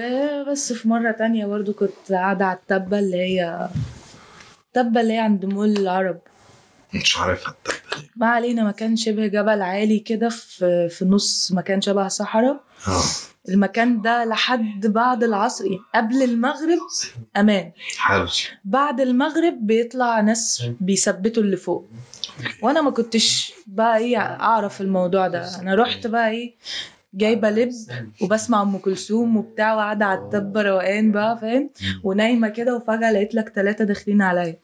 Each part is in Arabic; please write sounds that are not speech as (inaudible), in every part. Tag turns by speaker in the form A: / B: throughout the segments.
A: وبس في مرة تانية برضو كنت قاعدة على التبة اللي هي التبة اللي هي عند مول العرب
B: مش عارفها التبة دي
A: ما علينا مكان شبه جبل عالي كده في في نص مكان شبه صحراء
B: اه
A: المكان ده لحد بعد العصر يعني قبل المغرب امان
B: حلو
A: بعد المغرب بيطلع ناس بيثبتوا اللي فوق وانا ما كنتش بقى ايه اعرف الموضوع ده انا رحت بقى ايه جايبه لب وبسمع ام كلثوم وبتاع وقاعده على التبه روقان بقى فاهم ونايمه كده وفجاه لقيت لك ثلاثه داخلين عليا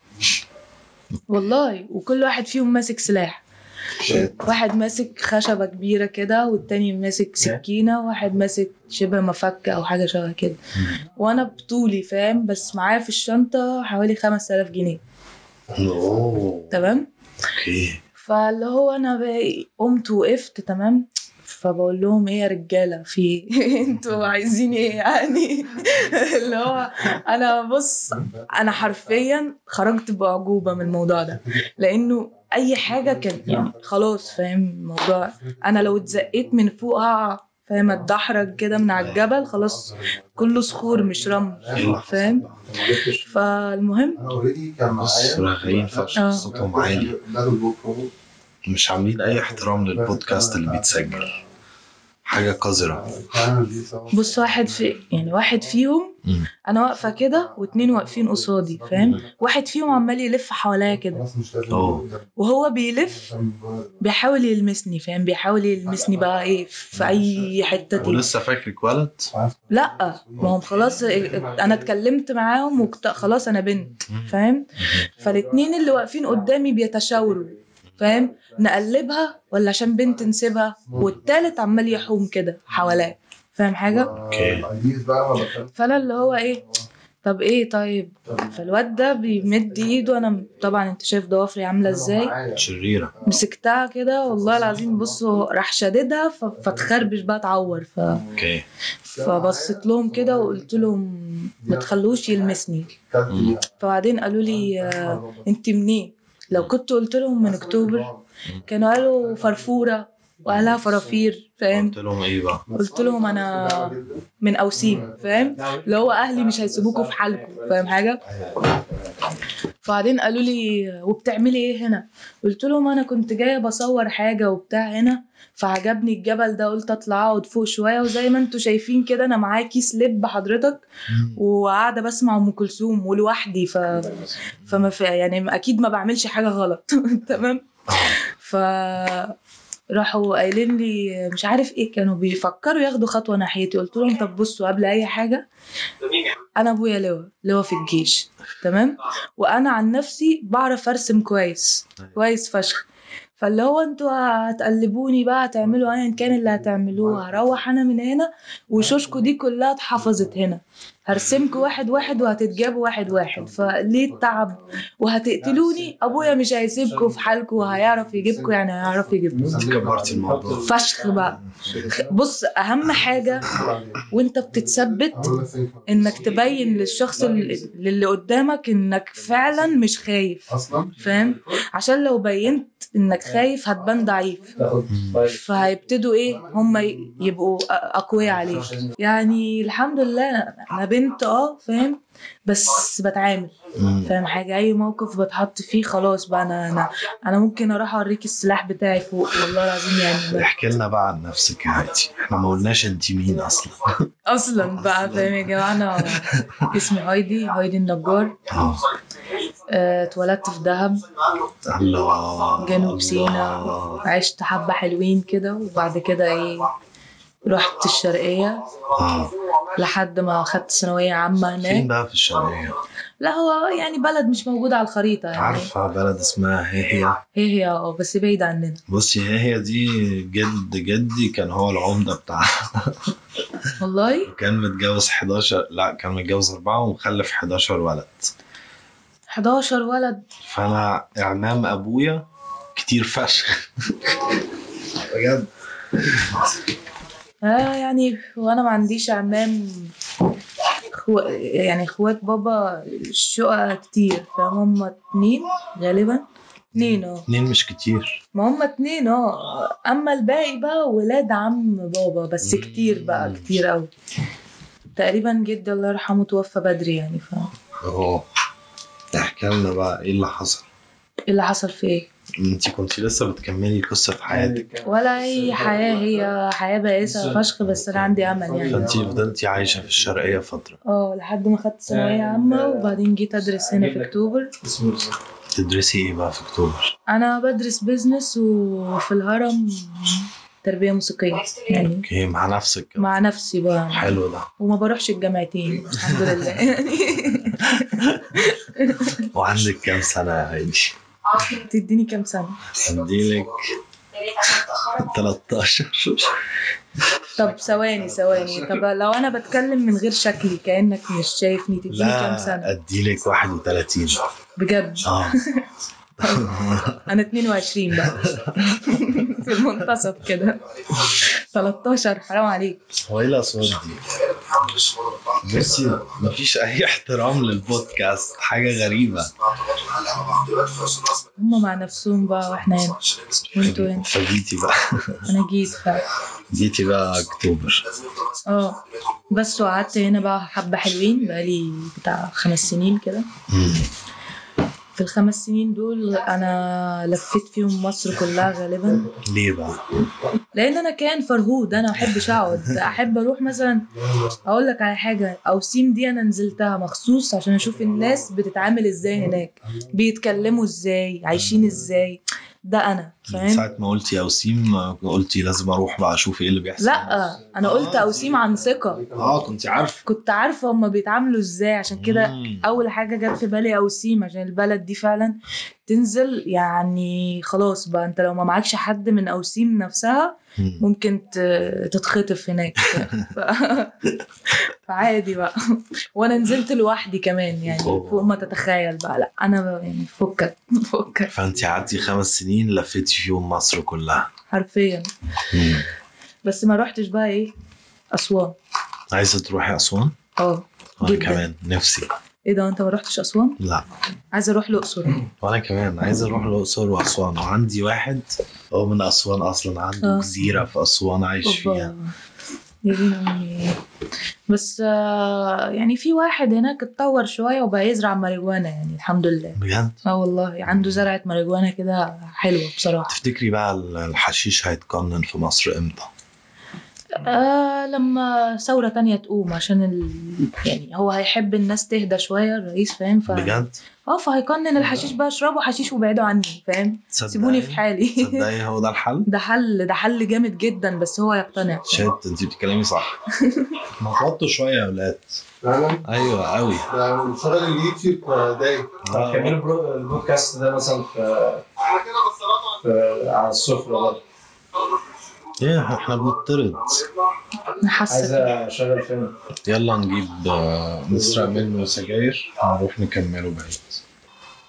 A: والله وكل واحد فيهم ماسك سلاح واحد ماسك خشبه كبيره كده والتاني ماسك سكينه واحد ماسك شبه مفك او حاجه شبه كده وانا بطولي فاهم بس معايا في الشنطه حوالي 5000 جنيه
B: اوه
A: تمام
B: اوكي
A: فاللي هو انا بقى إيه، قمت وقفت تمام فبقول لهم ايه يا رجاله في إيه؟ (laughs) انتوا عايزين ايه يعني (laughs) اللي هو انا بص انا حرفيا خرجت باعجوبه من الموضوع ده لانه اي حاجه كان يعني خلاص فاهم الموضوع انا لو اتزقيت من فوق هقع فاهم اتدحرج كده من على الجبل خلاص كله صخور مش رمل فاهم فالمهم
C: انا اوريدي كان
B: بص
C: معايا
B: راغبين فشخ
A: آه.
B: صوتهم عالي
C: ده البرو
B: مش عاملين اي احترام للبودكاست اللي بيتسجل حاجة قذرة
A: بص واحد في يعني واحد فيهم
B: مم.
A: انا واقفه كده واتنين واقفين قصادي فاهم واحد فيهم عمال يلف حواليا كده
B: أوه.
A: وهو بيلف بيحاول يلمسني فاهم بيحاول يلمسني بقى ايه في اي حته تاني
B: ولسه فاكرك ولد
A: لا ما هم خلاص انا اتكلمت معاهم وكت... خلاص انا بنت فاهم فالاتنين اللي واقفين قدامي بيتشاوروا فاهم نقلبها ولا عشان بنت نسيبها والتالت عمال يحوم كده حواليا فاهم حاجه
B: أوكي.
A: فانا اللي هو ايه طب ايه طيب فالواد ده بيمد ايده انا م- طبعا انت شايف ضوافري عامله ازاي
B: شريرة
A: مسكتها كده والله العظيم بص هو راح شاددها ف- فتخربش بقى تعور ف...
B: اوكي
A: فبصيت لهم كده وقلت لهم ما تخلوش يلمسني فبعدين قالوا لي آه، انت منين لو كنت قلت لهم من اكتوبر كانوا قالوا فرفوره واهلها فرافير فاهم
B: قلت لهم ايه بقى
A: قلت لهم انا من اوسيم فاهم اللي هو اهلي مش هيسيبوكوا في حالكم فاهم حاجه فبعدين قالوا لي وبتعملي ايه هنا قلت لهم انا كنت جايه بصور حاجه وبتاع هنا فعجبني الجبل ده قلت اطلع اقعد فوق شويه وزي ما انتوا شايفين كده انا معايا كيس لب حضرتك وقاعده بسمع ام كلثوم ولوحدي ف فما في يعني اكيد ما بعملش حاجه غلط (laughs) تمام ف راحوا قايلين لي مش عارف ايه كانوا بيفكروا ياخدوا خطوه ناحيتي قلت لهم طب بصوا قبل اي حاجه انا ابويا لواء لواء في الجيش تمام وانا عن نفسي بعرف ارسم كويس كويس فشخ فاللي هو انتوا هتقلبوني بقى هتعملوا ايا كان اللي هتعملوه هروح انا من هنا وشوشكو دي كلها اتحفظت هنا هرسمكوا واحد واحد وهتتجابوا واحد واحد فليه التعب وهتقتلوني ابويا مش هيسيبكم في حالكم وهيعرف يجيبكم يعني هيعرف يجيبكم
B: كبرتي الموضوع.
A: فشخ بقى بص اهم حاجه وانت بتتثبت انك تبين للشخص اللي اللي قدامك انك فعلا مش خايف
C: اصلا
A: فاهم عشان لو بينت انك خايف هتبان ضعيف فهيبتدوا ايه هم ي- يبقوا أ- اقوياء عليك يعني الحمد لله انا بنت اه فاهم بس بتعامل
B: مم.
A: فاهم حاجه اي موقف بتحط فيه خلاص بقى انا انا انا ممكن اروح اوريك السلاح بتاعي فوق والله العظيم يعني ما-
B: احكي لنا بقى عن نفسك يا هادي احنا ما قلناش انت مين اه. اصلا
A: اصلا بقى فاهم يا جماعه انا اسمي هايدي هايدي النجار
B: اه
A: آه، اتولدت في دهب
B: الله
A: جنوب سيناء
B: الله.
A: عشت حبة حلوين كده وبعد كده ايه رحت الشرقية
B: اه
A: لحد ما خدت ثانوية عامة
B: فين
A: هناك
B: بقى في الشرقية
A: لا هو يعني بلد مش موجود على الخريطة يعني
B: عارفة بلد اسمها هي هي
A: هي هي اه بس بعيد عننا
B: بصي هي هي دي جد جدي كان هو العمدة بتاعها
A: والله
B: كان متجوز 11 لا كان متجوز أربعة ومخلف 11 ولد
A: 11 ولد
B: فأنا إعمام أبويا كتير فشخ (laughs) بجد
A: آه يعني وانا ما عنديش عمام خو... يعني اخوات بابا الشقة كتير فاهم هما اتنين غالبا اتنين اه
B: اتنين مش كتير
A: ما هما اتنين اه اما الباقي بقى ولاد عم بابا بس
B: مم.
A: كتير بقى كتير قوي تقريبا جدي الله يرحمه توفى بدري يعني ف
B: اهو احكي لنا بقى ايه اللي حصل
A: إيه اللي حصل في ايه
B: انت كنت لسه بتكملي قصه في حياتك
A: ولا اي حياه هي حياه بائسه فشخ بس انا عندي امل يعني
B: فانت فضلتي عايشه في الشرقيه فتره
A: اه لحد ما خدت ثانويه عامه وبعدين جيت ادرس هنا في اكتوبر
B: تدرسي ايه بقى في اكتوبر
A: انا بدرس بيزنس وفي الهرم تربيه موسيقيه يعني
B: اوكي مع نفسك كده.
A: مع نفسي بقى
B: حلو ده
A: وما بروحش الجامعتين الحمد لله (laughs) يعني
B: وعندك كام سنه يا هايدي
A: تديني كام سنه
B: اديلك
A: (laughs)
B: 13
A: طب ثواني ثواني طب لو انا بتكلم من غير شكلي كانك مش شايفني تديني كام
B: لا
A: سنه
B: اديلك 31
A: بجد
B: اه
A: انا 22 بقى (laughs) في المنتصف كده 13 حرام عليك
B: هو ايه الاصوات دي؟ بصي مفيش اي احترام للبودكاست حاجه غريبه
A: هم مع نفسهم بقى واحنا هنا وانتوا هنا
B: فجيتي بقى
A: انا جيت فعلا
B: جيتي بقى اكتوبر
A: اه بس وقعدت هنا بقى حبه حلوين بقالي بتاع خمس سنين كده
B: مم.
A: في الخمس سنين دول انا لفيت فيهم مصر كلها غالبا
B: ليه بقى؟
A: لان انا كان فرهود انا ما احبش اقعد احب اروح مثلا اقول لك على حاجه اوسيم دي انا نزلتها مخصوص عشان اشوف الناس بتتعامل ازاي هناك بيتكلموا ازاي عايشين ازاي ده انا
B: من
A: فاهم
B: ساعه ما قلتي يا وسيم قلتي لازم اروح بقى اشوف ايه اللي بيحصل
A: لا انا قلت اوسيم عن ثقه
B: اه كنت عارفه
A: كنت عارفه هما بيتعاملوا ازاي عشان كده
B: مم.
A: اول حاجه جت في بالي اوسيم عشان البلد دي فعلا تنزل يعني خلاص بقى انت لو ما معكش حد من اوسيم نفسها
B: مم.
A: ممكن ت- تتخطف هناك ف... (laughs) فعادي بقى وانا نزلت لوحدي كمان يعني
B: أوه.
A: فوق ما تتخيل بقى لا انا ب- يعني فكك (laughs) فكك
B: فانت قعدتي خمس سنين لفيتي فيهم مصر كلها
A: حرفيا بس ما روحتش بقى ايه اسوان
B: عايزه تروحي اسوان؟
A: اه
B: وانا
A: جداً.
B: كمان نفسي
A: ايه ده انت ما روحتش اسوان
B: لا
A: عايزه اروح الاقصر
B: وانا كمان عايز اروح الاقصر واسوان وعندي واحد هو من اسوان اصلا عنده
A: آه.
B: جزيره في اسوان عايش فيها
A: أوبا. يا دين امي بس آه، يعني في واحد هناك اتطور شويه وبقى يزرع ماريجوانا يعني الحمد لله
B: بجد
A: اه والله عنده زرعه ماريجوانا كده حلوه بصراحه
B: تفتكري بقى الحشيش هيتقنن في مصر امتى؟
A: آه لما ثورة تانية تقوم عشان ال... يعني هو هيحب الناس تهدى شوية الرئيس فاهم ف...
B: بجد؟
A: اه فهيقنن الحشيش بقى اشربوا حشيش وابعدوا عني فاهم سيبوني في
B: تصدقي-
A: حالي
B: تصدقي هو ده الحل؟
A: (laughs) ده حل ده حل جامد جدا بس هو يقتنع
B: شات انت بتتكلمي
A: (laughs)
B: صح نططوا شويه يا ولاد
C: فعلا
B: ايوه قوي
C: ده منشغل اليوتيوب آه، دايما
D: طب كملوا برو- البودكاست ده مثلا في في- على السفرة برضه
B: ايه احنا بنطرد
A: انا
D: عايز
A: حاسة
D: اشغل فيلم
B: يلا نجيب آه، نسرق منه سجاير ونروح نكمله بعيد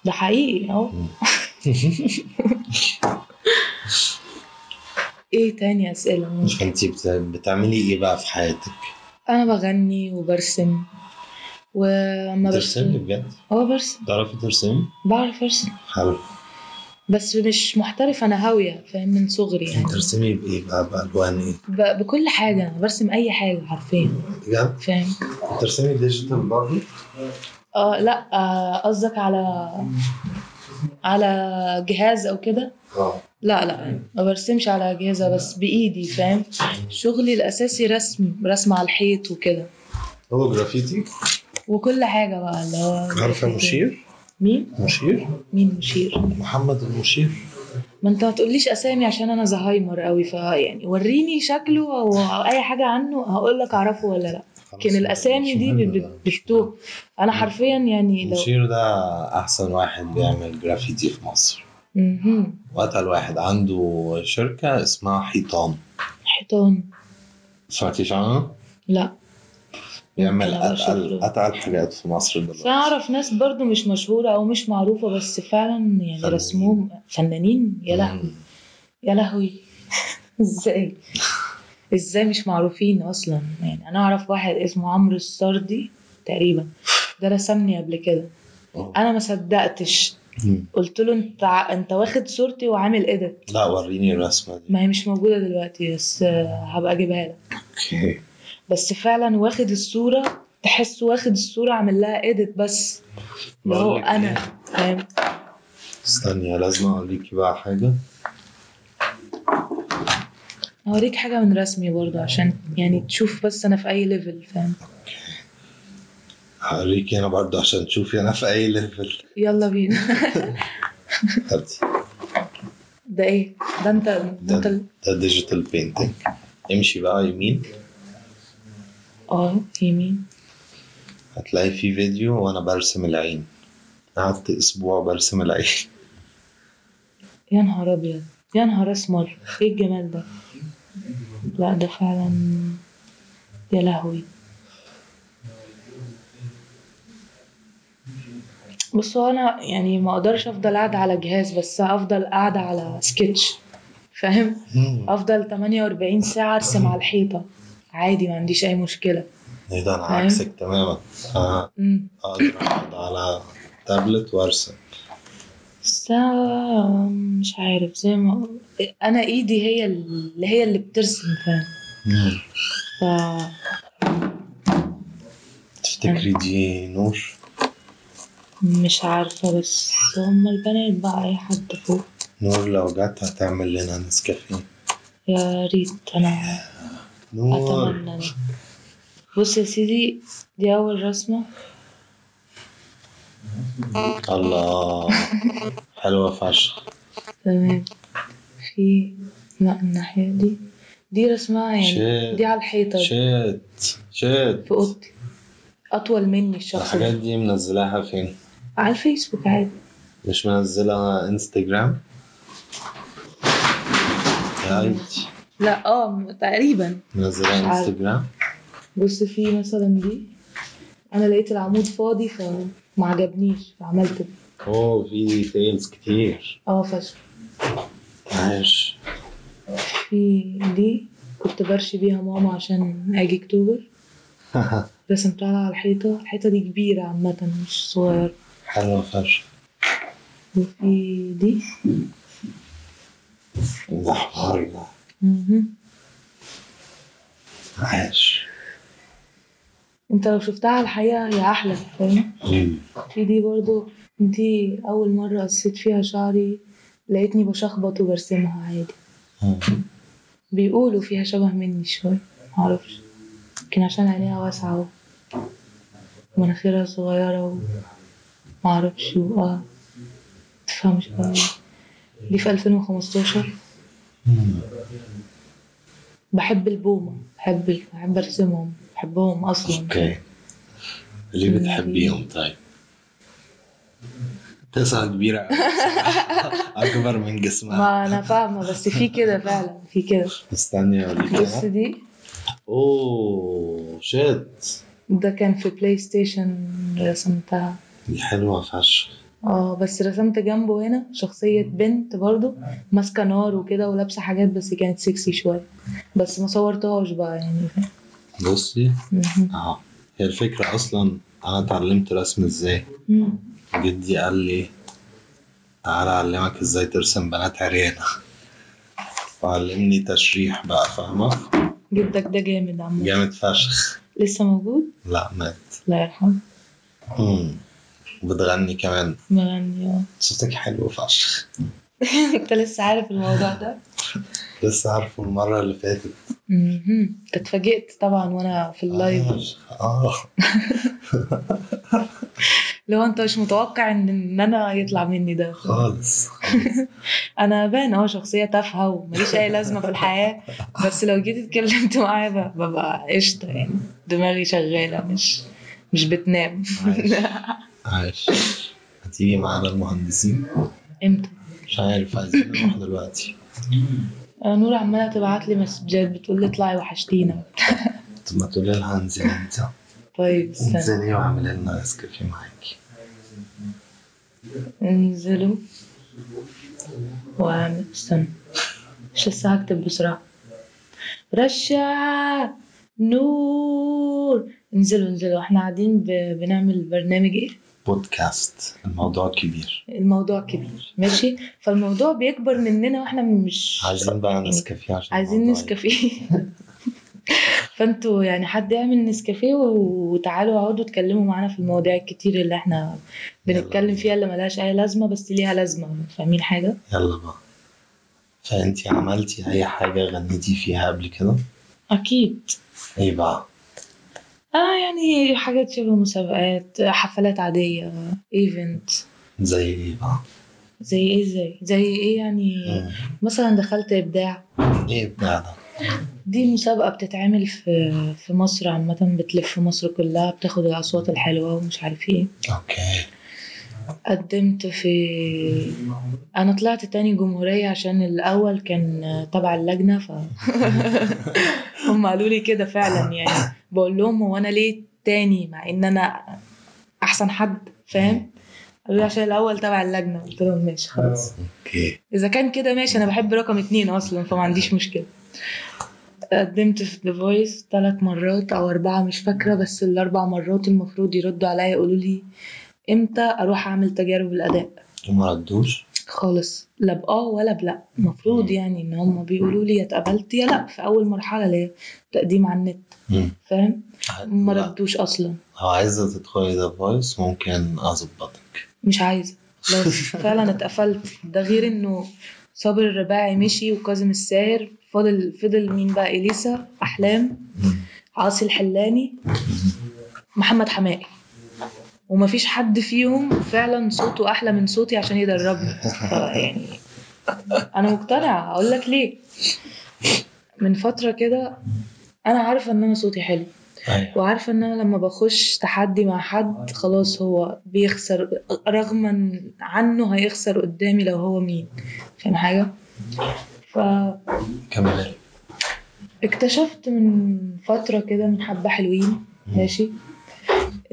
A: ده حقيقي اهو (laughs) ايه تاني اسئلة
B: انت بتعملي ايه بقى في حياتك؟
A: انا بغني وبرسم وما
B: ترسمي بجد؟
A: هو برسم
B: تعرفي ترسمي؟
A: بعرف ارسم
B: حلو
A: بس مش محترفة انا هاوية فاهم من صغري يعني
B: ترسمي بايه بقى بالوان ايه؟
A: ب- بكل حاجة أنا برسم أي حاجة حرفيا
B: بجد؟
A: فاهم
B: ترسمي ديجيتال برضه؟
A: اه لا آه، قصدك على على جهاز أو كده
B: اه
A: لا لا ما برسمش على أجهزة بس بإيدي فاهم شغلي الأساسي رسم رسم على الحيط وكده
B: هو جرافيتي
A: وكل حاجة بقى اللي هو
B: عارفه مشير؟
A: مين؟
B: مشير؟
A: مين مشير؟
B: محمد المشير
A: ما انت ما تقوليش اسامي عشان انا زهايمر قوي فيعني وريني شكله او أو اي حاجه عنه هقول لك اعرفه ولا لا لكن الاسامي دي ب- ب- بتوه انا حرفيا يعني لو
B: مشير ده احسن واحد بيعمل جرافيتي في مصر
A: مهم.
B: واتقل واحد عنده شركه اسمها حيطان
A: حيطان
B: سمعتيش عنها؟
A: لا
B: بيعمل
A: ممكن أبقى
B: اتقل
A: أشوفه.
B: اتقل حاجات في مصر
A: بس
B: دلوقتي
A: أنا اعرف ناس برضو مش مشهوره او مش معروفه بس فعلا يعني
B: فنانين.
A: رسمهم فنانين يا لهوي
B: مم.
A: يا لهوي (laughs) ازاي ازاي مش معروفين اصلا يعني انا اعرف واحد اسمه عمرو السردي تقريبا ده رسمني قبل كده
B: أوه.
A: انا ما صدقتش
B: مم.
A: قلت له انت ع- انت واخد صورتي وعامل ايديت
B: لا وريني الرسمه دي
A: ما هي مش موجوده دلوقتي بس آه، هبقى اجيبها لك
B: اوكي
A: بس فعلا واخد الصوره تحس واخد الصوره عامل لها اديت بس اللي هو
B: بقول لك
A: انا
B: إيه،
A: فاهم
B: استني لازم اوريكي بقى حاجه
A: هوريك حاجه من رسمي برضه عشان يعني تشوف بس انا في اي ليفل فاهم
B: هوريكي انا برضه عشان تشوفي انا في اي ليفل
A: يلا بينا (laughs)
B: خدتي
A: ده ايه ده انت ده انت ال-
B: ده ديجيتال بينتنج امشي بقى يمين
A: اه يمين
B: هتلاقي فيه فيديو وانا برسم العين قعدت اسبوع برسم العين
A: يا نهار ابيض يا نهار اسمر ايه الجمال ده لا ده فعلا يا لهوي بص هو انا يعني ما اقدرش افضل قاعده على جهاز بس افضل قاعده على سكتش فاهم افضل 48 ساعه ارسم على الحيطه عادي ما عنديش اي مشكله
B: ايه ده انا
A: فاهم؟
B: عكسك تماما آه،
A: امم
B: اقدر اقعد على تابلت وارسم
A: بس أنا مش عارف زي ما انا ايدي هي اللي هي اللي بترسم فاهم
B: مم.
A: ف-
B: تفتكري دي نور
A: مش عارفة بس هما البنات بقى أي حد فوق
B: نور لو جت هتعمل لنا نسكافيه
A: يا ريت أنا
B: نور
A: أتمنى ده. بص يا سيدي دي أول رسمة
B: الله حلوه فشخ
A: تمام آه، في لا الناحية دي دي رسمها يعني دي
B: شيت
A: على الحيطة
B: شيت شيت
A: في أوضتي أطول مني الشخص
B: الحاجات
A: ده
B: دي منزلاها فين؟
A: على الفيسبوك عادي
B: مش منزلها انستجرام؟ يا عيني
A: لا اه م- تقريبا
B: منزلها
A: مش عارف.
B: انستجرام؟
A: بص في مثلا دي أنا لقيت العمود فاضي فما عجبنيش فعملت ده.
B: اوه في ديتيلز كتير
A: اه فشل
B: عاش
A: في دي كنت برشي بيها ماما عشان اجي اكتوبر رسمتها لها على الحيطة الحيطة دي كبيرة عامة مش صغيرة
B: حلوه فشخ
A: وفي دي
B: ده حوار ده
A: مهم.
B: عاش
A: انت لو شفتها على الحقيقة هي أحلى فاهم
B: مم.
A: في دي برضو دي أول مرة قصيت فيها شعري لقيتني بشخبط وبرسمها عادي
B: مم.
A: بيقولوا فيها شبه مني شوية معرفش يمكن عشان عينيها واسعة ومناخيرها صغيرة ومعرفش وآه متفهمش أوي آه، دي في 2015
B: مم.
A: بحب البومة بحب بحب أرسمهم بحبهم أصلا
B: اوكي اللي بتحبيهم طيب تسعة كبيرة أوي بصراحة. أكبر من جسمها
A: ما أنا فاهمة بس في كده فعلا في كده
B: استني أوريك
A: بص
B: أنا.
A: دي
B: أوه شت
A: ده كان في بلاي ستيشن رسمتها
B: دي حلوة فشخ
A: اه بس رسمت جنبه هنا شخصية بنت برضو ماسكة نار وكده ولابسة حاجات بس كانت سكسي شوية بس ما صورتهاش بقى يعني
B: بصي
A: مهم.
B: أهو هي الفكرة أصلا أنا اتعلمت رسم إزاي
A: مم.
B: جدي قال لي تعالى أعلمك إزاي ترسم بنات عريانة وعلمني تشريح بقى فاهمة
A: جدك ده جامد عم
B: جامد فشخ
A: لسه موجود
B: لا مات
A: الله يرحمه
B: مم. بتغني كمان
A: مغني اه (laughs)
B: صوتك حلو فشخ
A: انت لسه عارف الموضوع ده
B: لسه عارفه المرة اللي فاتت
A: مهم. انت اتفاجئت طبعا وانا في اللايف
B: آه. آه
A: لو انت مش متوقع ان ان انا يطلع مني ده
B: خالص
A: انا باين اه شخصيه تافهه ومليش اي لازمه في الحياه بس لو جيت اتكلمت معايا ب- ببقى قشطه يعني دماغي شغاله مش مش بتنام
B: عايش عايش هتيجي معانا المهندسين
A: امتى
B: مش عارف عايزين نروح دلوقتي
A: آه، نور عماله تبعت لي مسجات بتقول لي اطلعي وحشتينا
B: طب ما تقولي لها انزلي انت
A: طيب استنى
B: انزلي واعملي لنا نسكافيه معاكي
A: انزلوا واعمل استنى مش لسه هكتب بسرعه رشا نور انزلوا انزلوا احنا قاعدين ب- بنعمل برنامج ايه
B: بودكاست الموضوع كبير
A: الموضوع كبير ماشي فالموضوع بيكبر مننا واحنا مش
B: يعني عايزين بقى نسكافيه عشان
A: عايزين
B: الموضوع
A: نسكافيه (laughs) فانتوا يعني حد يعمل نسكافيه وتعالوا اقعدوا اتكلموا معانا في المواضيع الكتير اللي احنا بنتكلم فيها اللي ملهاش اي لازمه بس ليها لازمه فاهمين حاجه
B: يلا بقى فانت عملتي اي حاجه غنيتي فيها قبل كده
A: اكيد
B: ايه بقى
A: اه يعني حاجات شبه مسابقات حفلات عاديه ايفنت
B: زي ايه بقى
A: زي ايه ازاي زي ايه يعني
B: مم.
A: مثلا دخلت ابداع
B: ايه البتاع ده
A: دي مسابقه بتتعمل في في مصر عامه بتلف مصر كلها بتاخد الاصوات الحلوه ومش عارف ايه
B: اوكي
A: قدمت في انا طلعت تاني جمهورية عشان الاول كان تبع اللجنة ف (laughs) هم قالوا لي كده فعلا يعني بقول لهم هو انا ليه تاني مع ان انا احسن حد فاهم قالوا لي عشان الاول تبع اللجنة قلت لهم ماشي خلاص
B: اوكي
A: اذا كان كده ماشي انا بحب رقم اتنين اصلا فما عنديش مشكلة قدمت في ذا فويس ثلاث مرات او اربعة مش فاكرة بس الاربع مرات المفروض يردوا عليا يقولوا لي امتى اروح اعمل تجارب الاداء
B: وما ردوش
A: خالص لا بآه ولا بلا المفروض يعني ان هم بيقولوا لي يا اتقبلت يا لا في اول مرحله اللي هي تقديم على النت
B: مم.
A: فاهم ما
B: لا،
A: ردوش اصلا
B: لو عايزه تدخلي ذا فويس ممكن اظبطك
A: مش عايزه بس فعلا اتقفلت ده غير انه صابر الرباعي مشي وكاظم الساهر فضل فضل مين بقى اليسا احلام
B: مم.
A: عاصي الحلاني محمد حماقي ومفيش حد فيهم فعلا صوته احلى من صوتي عشان يدربني يعني انا مقتنعه اقول لك ليه من فتره كده انا عارفه ان انا صوتي حلو
B: ايوه
A: وعارفه ان انا لما بخش تحدي مع حد خلاص هو بيخسر رغما عنه هيخسر قدامي لو هو مين فاهم حاجه فاكتشفت
B: كملي
A: من فتره كده من حبه حلوين ماشي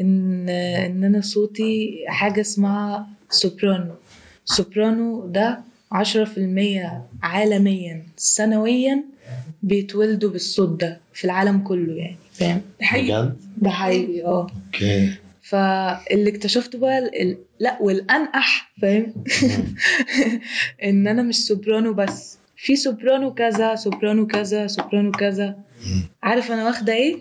A: ان ان انا صوتي حاجه اسمها سوبرانو سوبرانو ده عشرة في المية عالميا سنويا بيتولدوا بالصوت ده في العالم كله يعني فاهم ده حقيقي
B: بجد
A: ده حقيقي اه
B: اوكي
A: فاللي اكتشفته بقى ال... ال- لا والانقح فاهم (laughs)
B: مم.
A: ان انا مش سوبرانو بس في سوبرانو كذا سوبرانو كذا سوبرانو كذا عارف انا واخده ايه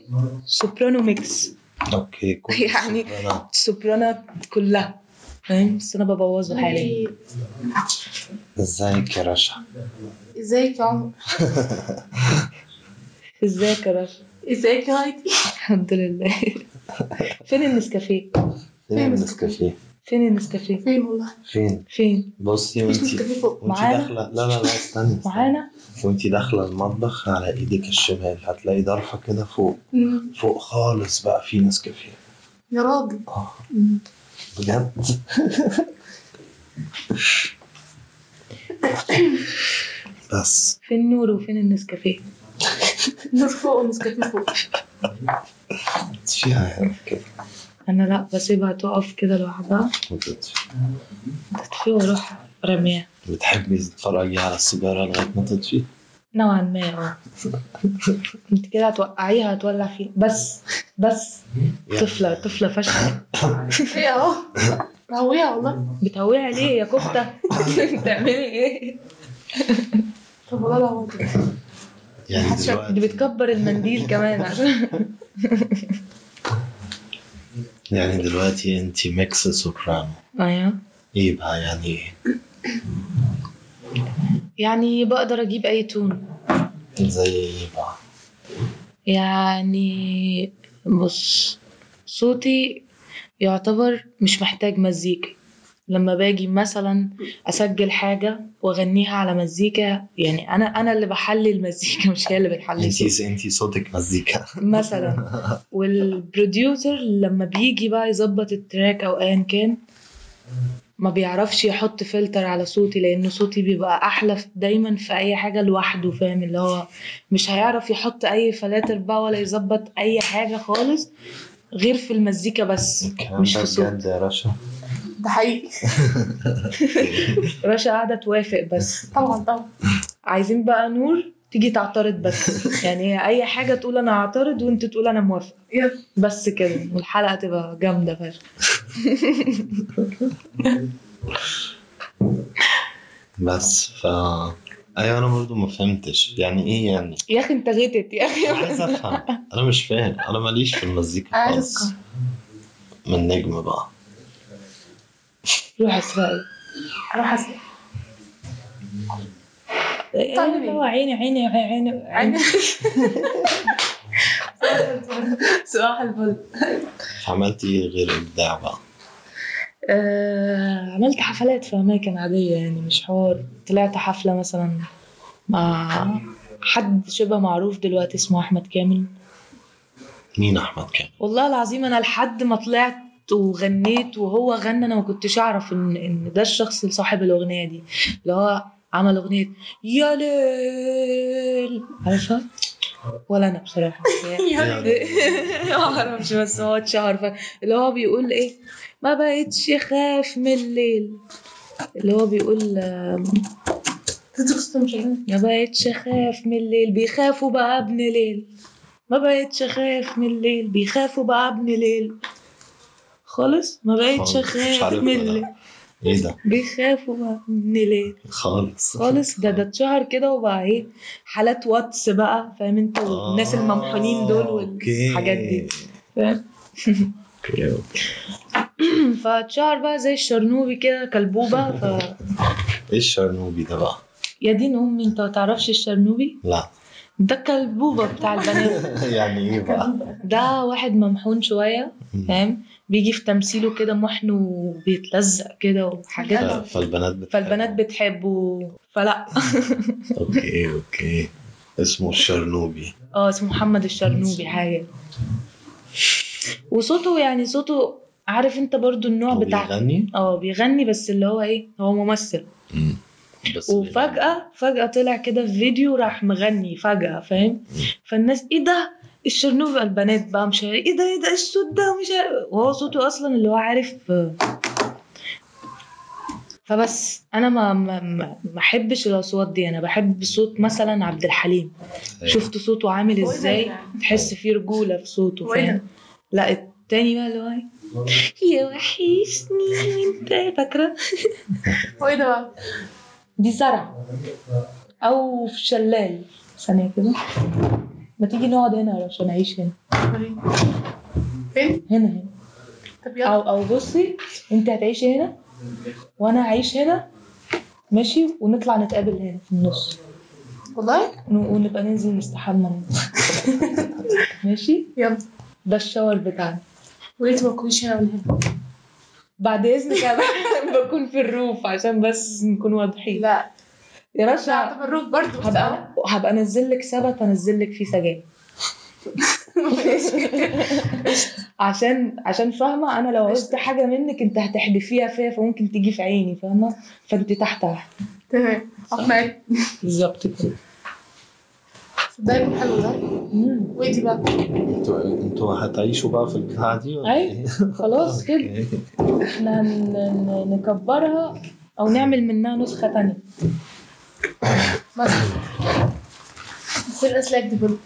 A: سوبرانو ميكس
B: اوكي كل (laughs)
A: يعني-
B: السوبرانات.
A: سوبرانات كلها فاهم بس انا ببوظه حاليا
B: ازيك يا رشا
E: ازيك يا عمر
A: ازيك يا رشا
E: ازيك يا هايدي
A: الحمد لله (laughs) فين النسكافيه
B: فين النسكافيه
A: فين النسكافيه
E: فين والله
B: فين
A: فين
B: بصي
E: مفيش
B: وانتي
E: مستفيد فوق
B: وانتي
A: معانا؟
B: داخله لا لا لا استني استني.
A: معانا
B: وانتي داخله المطبخ على ايدك الشمال هتلاقي ضرفه كده فوق
E: مم.
B: فوق خالص بقى في نسكافيه
E: يا راجل
B: اه
E: مم.
B: بجد بس
A: فين نور وفين النسكافيه
E: نور فوق ونسكافيه فوق
B: فيها يعني كده
A: انا لا بسيبها تقف كده لوحدها
B: وتطفي
A: تطفي واروح رميها
B: بتحبي تتفرجي على السيجاره لغايه ما تطفي
A: نوعا ما اه انت كده هتوقعيها هتولع فيه بس بس طفله طفله فشخ
E: ايه اهو مهوية والله
A: بتهويها ليه يا كفته (laughs) بتعملي ايه
E: طب والله لو هايدي
B: يعني
A: دي
B: دلوقتي
A: بتكبر المنديل كمان عشان
B: يعني دلوقتي انت ميكس سوبرانو
A: ايوه
B: ايه بقى يعني ايه
A: يعني بقدر اجيب اي تون
B: زي ايه بقى
A: يعني بص صوتي يعتبر مش محتاج مزيكا لما باجي مثلا اسجل حاجه واغنيها على مزيكا يعني انا انا اللي بحلل مزيكا مش هي اللي بتحلل صوتي.
B: انت انت صوتك مزيكا
A: مثلا والبروديوسر لما بيجي بقى يظبط التراك او ايا كان ما بيعرفش يحط فلتر على صوتي لان صوتي بيبقى احلى في- دايما في اي حاجه لوحده فاهم اللي هو مش هيعرف يحط اي فلاتر بقى ولا يظبط اي حاجه خالص غير في المزيكا بس
B: الكلام
A: مش
B: ده
A: في صوت
B: بجد يا رشا
E: ده حقيقي
A: رشا قاعده توافق بس
E: طبعا طبعا
A: عايزين بقى نور تيجي تعترض بس
B: (laughs)
A: يعني هي اي حاجه تقول انا هعترض وانت تقول انا موافقه
E: يلا
A: بس كده والحلقه تبقى جامده فشخ
B: بس ف ايوه انا برضو ما فهمتش يعني ايه يعني
A: يا اخي انت غتت يا اخي
B: أنا عايز افهم انا مش فاهم انا ماليش في المزيكا
E: عايز
B: خالص
E: أفهم.
B: من نجم بقى
A: روح اسرائيل
E: اروح اسمع
A: طيب هو عيني عيني عيني عيني صباح الفل
B: عملت ايه غير ابداع بقى
A: آه، عملت حفلات في اماكن عاديه يعني مش حوار طلعت حفله مثلا مع حد شبه معروف دلوقتي اسمه احمد كامل
B: مين احمد كامل
A: والله العظيم انا لحد ما طلعت وغنيت وهو غنى انا ما كنتش اعرف ان ان ده الشخص اللي صاحب الاغنيه دي اللي هو عمل اغنيه يا ليل عارفها ولا انا بصراحه بس هي- (laughs)
B: إيه يعني؟
A: ما اعرفش بس هو اتشهر ف... اللي هو بيقول ايه ما بقتش اخاف من الليل اللي هو بيقول آم، ما بقتش اخاف من الليل بيخافوا بقى ابن ليل ما بقتش اخاف من الليل بيخافوا بقى ابن ليل خالص ما بقتش
B: خالص. مش
A: اخاف
B: عارفها
A: من
B: لا.
A: الليل
B: ايه ده
A: بيخافوا بقى ابن ليل
B: خالص
A: خالص ده ده اتشهر كده وبقى ايه حالات واتس بقى فاهم انت الناس
B: آه،
A: الممحونين دول والحاجات دي فاهم
B: أوكي.
A: فاتشهر بقى زي الشرنوبي كده
B: (laughs)
A: كلبوبة ف
B: ايه الشرنوبي ده بقى؟
A: يا دين أمي أنت ما تعرفش الشرنوبي؟
B: لا (laughs)
A: ده الكلبوبة بتاع البنات
B: يعني ايه
A: (laughs)
B: بقى؟
A: ده واحد ممحون شوية فاهم؟ بيجي في تمثيله كده محن وبيتلزق كده وحاجات
B: ف- فالبنات بت...
A: فالبنات بتحبه فلا
B: اوكي اوكي اسمه الشرنوبي
A: اه اسمه محمد الشرنوبي حاجة وصوته يعني صوته عارف انت برضو النوع
B: هو
A: بتاع
B: بيغني
A: اه بيغني بس اللي هو ايه هو ممثل
B: مم. بس
A: وفجأة فجأة طلع كده في فيديو راح مغني فجأة فاهم فالناس ايه ده الشرنوبي البنات بقى مش عارف ايه ده ايه ده إيه الصوت ده مش عارف وهو صوته اصلا اللي هو عارف آه. فبس انا ما ما- ما ما احبش الاصوات دي انا بحب صوت مثلا عبد الحليم
B: أيوة.
A: شفت صوته عامل
E: هو إيه ده
A: ازاي
E: يعني؟
A: تحس فيه رجولة في صوته
E: هو إيه
A: فاهم لا التاني بقى اللي هو إيه؟ يا وحشني وانت فاكره
E: هو ايه ده بقى؟
A: دي زرع او في شلال ثانيه كده ما تيجي نقعد هنا عشان اعيش هنا
E: فين؟ إيه فين؟
A: هنا هنا
E: طب
A: او
E: يلا
A: او بصي انت هتعيشي هنا وانا هعيش هنا ماشي ونطلع نتقابل هنا في النص
E: والله
A: ن- ونبقى ننزل نستحمى (laughs) هنا. ماشي
E: يلا
A: ده الشاور بتاعنا
E: وليه ما تكونيش هنا ولا هنا؟
A: بعد اذنك انا (laughs) بكون في الروف عشان بس نكون واضحين
E: لا
A: يا
E: مش
A: رشا
E: هعتبر روف برضه
A: هبقى هبقى انزل لك سبت انزل لك فيه سجاير عشان عشان فاهمه انا لو عوزت حاجه منك انت هتحدفيها فيا فممكن تيجي في عيني فاهمه فانت تحت تحت
E: تمام اقنعت
A: بالظبط كده
E: صدقني حلو ده وايه دي بقى؟
B: انتوا انتوا هتعيشوا بقى في البتاعه دي ولا
A: أيوة.
B: ايه؟
A: خلاص كده
B: (laughs) أوكي.
A: احنا هن- هن- نكبرها او نعمل منها نسخه تانية
E: مثلا بس الاسلاك دي برضه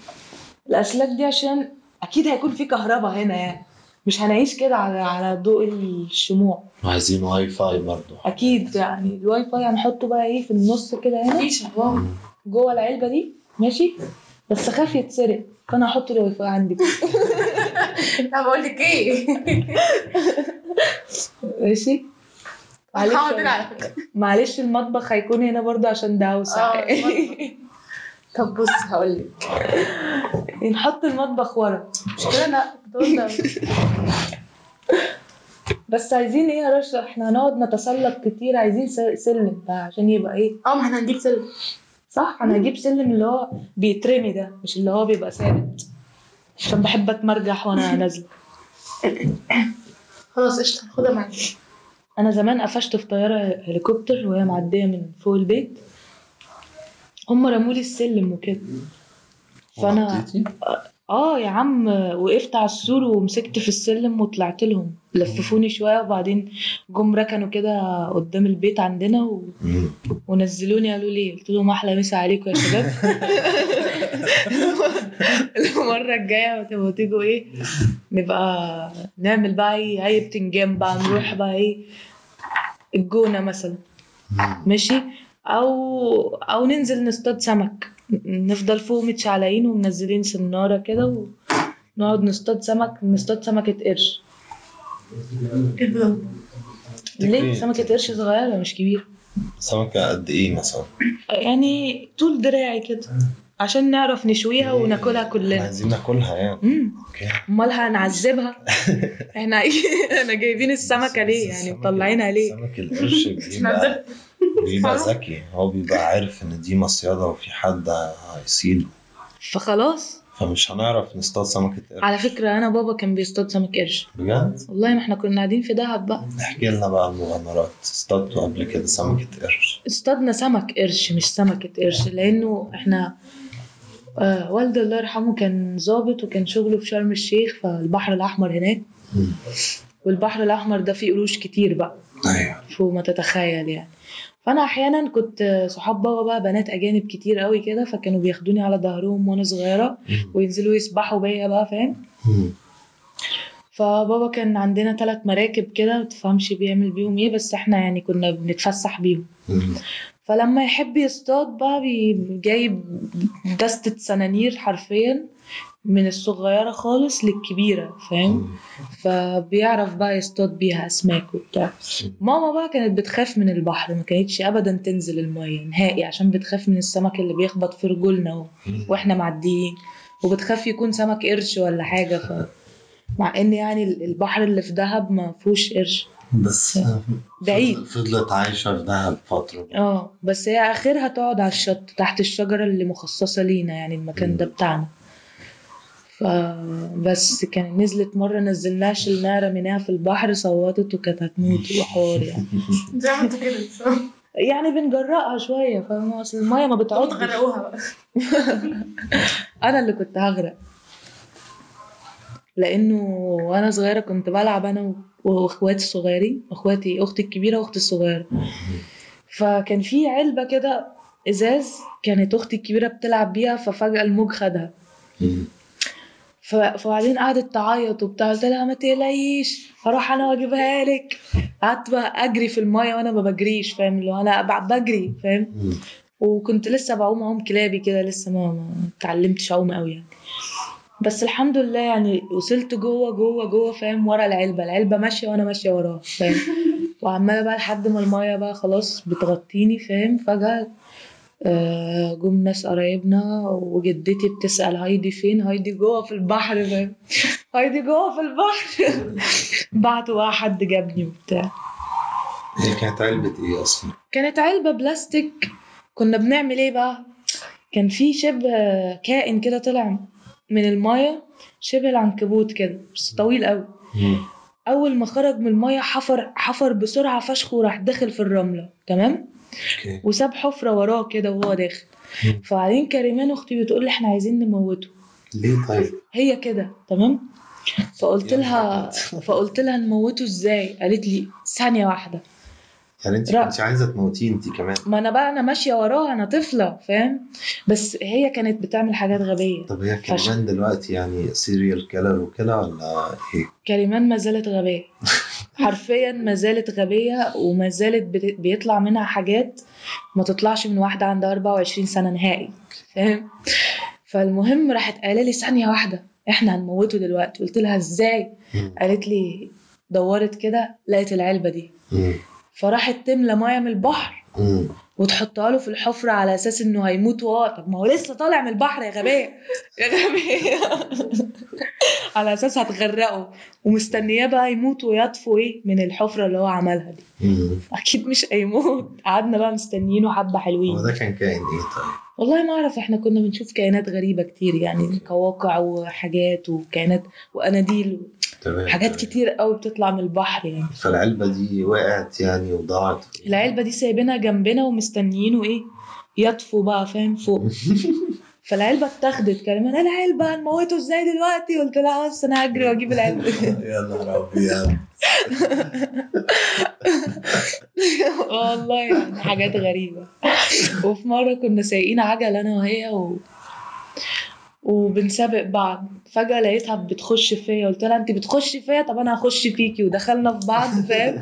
A: الاسلاك دي عشان اكيد هيكون في كهرباء هنا يعني مش هنعيش كده على على ضوء الشموع
B: وعايزين واي فاي برضه
A: اكيد يعني الواي فاي هنحطه بقى ايه في النص كده هنا
E: مفيش والله (laughs)
A: جوه العلبه دي ماشي بس خاف يتسرق فانا هحط الواي فاي عندي
E: لا بقول لك ايه (laughs)
A: ماشي معلش
E: هقعد هنا على فكره
A: معلش المطبخ هيكون هنا برضه عشان ده اوسع
E: آه، المطبخ. طب بص هقول لك
A: (laughs) نحط المطبخ ورا
E: مش كده انا بقول ده (laughs)
A: بس عايزين ايه يا رشا احنا هنقعد نتسلق كتير عايزين س- سلم بقى عشان يبقى ايه
E: اه ما احنا هنجيب سلم
A: صح انا هجيب سلم اللي هو بيترمي ده مش اللي هو بيبقى ثابت عشان بحب اتمرجح وانا نازله
E: خلاص قشطه هاخدها معاك
A: انا زمان قفشت في طياره هليكوبتر وهي معديه من فوق البيت هم رمولي السلم وكده فانا
B: وحطيتي؟
A: اه يا عم وقفت على السور ومسكت في السلم وطلعت لهم لففوني شويه وبعدين جم ركنوا كده قدام البيت عندنا و...
B: مم.
A: ونزلوني قالوا لي قلت لهم احلى مسا عليكم يا شباب (laughs) المره الجايه ما تبقوا تيجوا ايه نبقى نعمل بقى ايه اي إيه، بتنجان بقى نروح بقى ايه الجونه مثلا ماشي او او ننزل نصطاد سمك نفضل فوق متشعلقين ومنزلين سناره كده ونقعد نصطاد سمك نصطاد سمكه قرش
E: ايه ده؟
A: ليه
B: تفتكري-
A: سمكه قرش صغيره مش كبيره
B: سمكة قد إيه مثلا؟
A: يعني طول دراعي كده عشان نعرف نشويها وناكلها كلنا
B: عايزين ناكلها يعني
A: امم
B: أوكي
A: امال هنعذبها احنا (laughs) احنا جايبين السمكه ليه
B: بس
A: يعني
B: السمك-
A: مطلعينها ليه (laughs)
B: سمك القرش بيبقى بيبقى ذكي هو بيبقى عارف إن دي مصيدة وفي حد هيصيده
A: فخلاص
B: فمش هنعرف نصطاد سمكة قرش
A: على فكره انا بابا كان بيصطاد سمك قرش
B: بجد؟
A: والله ما احنا كنا قاعدين في دهب بقى
B: احكي لنا بقى عن المغامرات اصطادتوا قبل كده سمكة قرش
A: اصطادنا سمك قرش مش سمكة قرش لأنه احنا آه والدي الله يرحمه كان ظابط وكان شغله في شرم الشيخ فالبحر الأحمر هناك
B: مم.
A: والبحر الأحمر ده فيه قروش كتير بقى
B: أيوه
A: فوق ما تتخيل يعني فأنا أحيانا كنت آه، صحاب بابا بقى بنات أجانب كتير قوي كده فكانوا بياخدوني على ظهرهم وأنا صغيرة وينزلوا يسبحوا بيا بقى فاهم فبابا كان عندنا ثلاث مراكب كده متفهمش بيعمل بيهم ايه بس احنا يعني كنا بنتفسح بيهم فلما يحب يصطاد بقى بي- جايب دستة سنانير حرفيا من الصغيرة خالص للكبيرة فاهم فبيعرف بقى يصطاد بيها أسماك وبتاع ماما بقى كانت بتخاف من البحر ما كانتش أبدا تنزل المية نهائي عشان بتخاف من السمك اللي بيخبط في رجولنا و- وإحنا معديين وبتخاف يكون سمك قرش ولا حاجة ف... مع ان يعني البحر اللي في دهب ما فيهوش قرش
B: بس
A: بعيد
B: فضل- فضلت عايشة في دهب فترة
A: اه بس هي اخرها تقعد على الشط تحت الشجره اللي مخصصه لينا يعني المكان ده بتاعنا فبس كان نزلت مره نزلناها شلناها رميناها في البحر صوتت وكانت هتموت وحوار يعني
E: (laughs) زي ما انتوا كده (laughs)
A: يعني بنجرأها شويه فاهمة اصل المايه ما
E: تقعدوا
A: بتقعدش
E: تغرقوها (laughs) بقى
A: انا اللي كنت هغرق لانه وانا صغيره كنت بلعب انا و- واخواتي الصغيرين اخواتي اختي الكبيره واختي الصغيره فكان في علبه كده ازاز كانت اختي الكبيره بتلعب بيها ففجاه الموج خدها ف- فبعدين قعدت تعيط وبتاع قلت لها ما تقلقيش هروح انا واجيبها لك قعدت بقى اجري في المايه وانا ما بجريش فاهم اللي هو انا ب- بجري فاهم وكنت لسه بعوم اعوم كلابي كده لسه ما ما اتعلمتش اعوم قوي يعني بس الحمد لله يعني وصلت جوه جوه جوه فاهم ورا العلبه العلبه ماشيه وانا ماشيه وراها فاهم (laughs) وعماله بقى لحد ما المايه بقى خلاص بتغطيني فاهم فجاه آه، جم ناس قرايبنا وجدتي بتسأل هايدي فين هايدي جوه في البحر فاهم (laughs) هايدي جوه في البحر (laughs) بعتوا بقى حد جابني وبتاع
B: هي كانت علبة إيه أصلا؟
A: كانت علبة بلاستيك كنا بنعمل ايه بقى كان في شبه كائن كده طلع من المية شبه العنكبوت كده بس طويل قوي اول ما خرج من المية حفر حفر بسرعة فشخ وراح داخل في الرملة تمام
B: أوكي
A: وساب حفرة وراه كده وهو داخل
B: مم.
A: فبعدين كريمان اختي بتقول لي احنا عايزين نموته
B: ليه طيب؟
A: هي كده تمام فقلت
B: يا
A: لها
B: نهار
A: فقلت لها نموته ازاي قالت لي ثانية واحدة
B: يعني أنت
A: لا.
B: كنت عايزة تموتيه أنت كمان
A: ما انا بقى انا ماشيه وراها انا طفله فاهم بس هي كانت بتعمل حاجات غبيه
B: طب هي
A: فش-
B: كمان دلوقتي يعني سيريال كيلر وكده ولا إيه؟
A: كريمان ما زالت غبيه حرفيا ما زالت غبيه وما زالت بت- بيطلع منها حاجات ما تطلعش من واحده عندها 24 سنه نهائي فاهم فالمهم راحت قايله لي ثانيه واحده احنا هنموته دلوقتي قلت لها ازاي
B: مم.
A: قالت لي دورت كده لقيت العلبه دي
B: مم.
A: فراحت تملى ميه من البحر
B: مم.
A: وتحطها له في الحفرة على أساس إنه هيموت وهو طب ما هو لسه طالع من البحر يا غبية يا غبية (laughs) على أساس هتغرقه ومستنياه بقى يموت ويطفو إيه من الحفرة اللي هو عملها دي (laughs)
B: مم.
A: أكيد مش هيموت قعدنا بقى مستنيينه حبة حلوين
B: هو ده كان كائن إيه طيب؟
A: والله ما أعرف إحنا كنا بنشوف كائنات غريبة كتير يعني قواقع وحاجات وكائنات وأناديل
B: تمام
A: حاجات
B: تمام.
A: كتير قوي بتطلع من البحر يعني
B: فالعلبة دي وقعت يعني وضاعت
A: العلبة دي سايبينها جنبنا ومستنيينه ايه يطفو بقى فاهم فوق فالعلبة اتاخدت كلمة العلبة هنموته ازاي دلوقتي قلت لها بس انا هجري واجيب العلبة
B: يا نهار أبيض
A: والله يعني حاجات غريبة وفي مرة كنا سايقين عجل انا وهي و... وبنسابق بعض فجأة لقيتها بتخش فيا قلت لها انت بتخشي فيا طب انا هخش فيكي (laughs) ودخلنا في بعض فاهم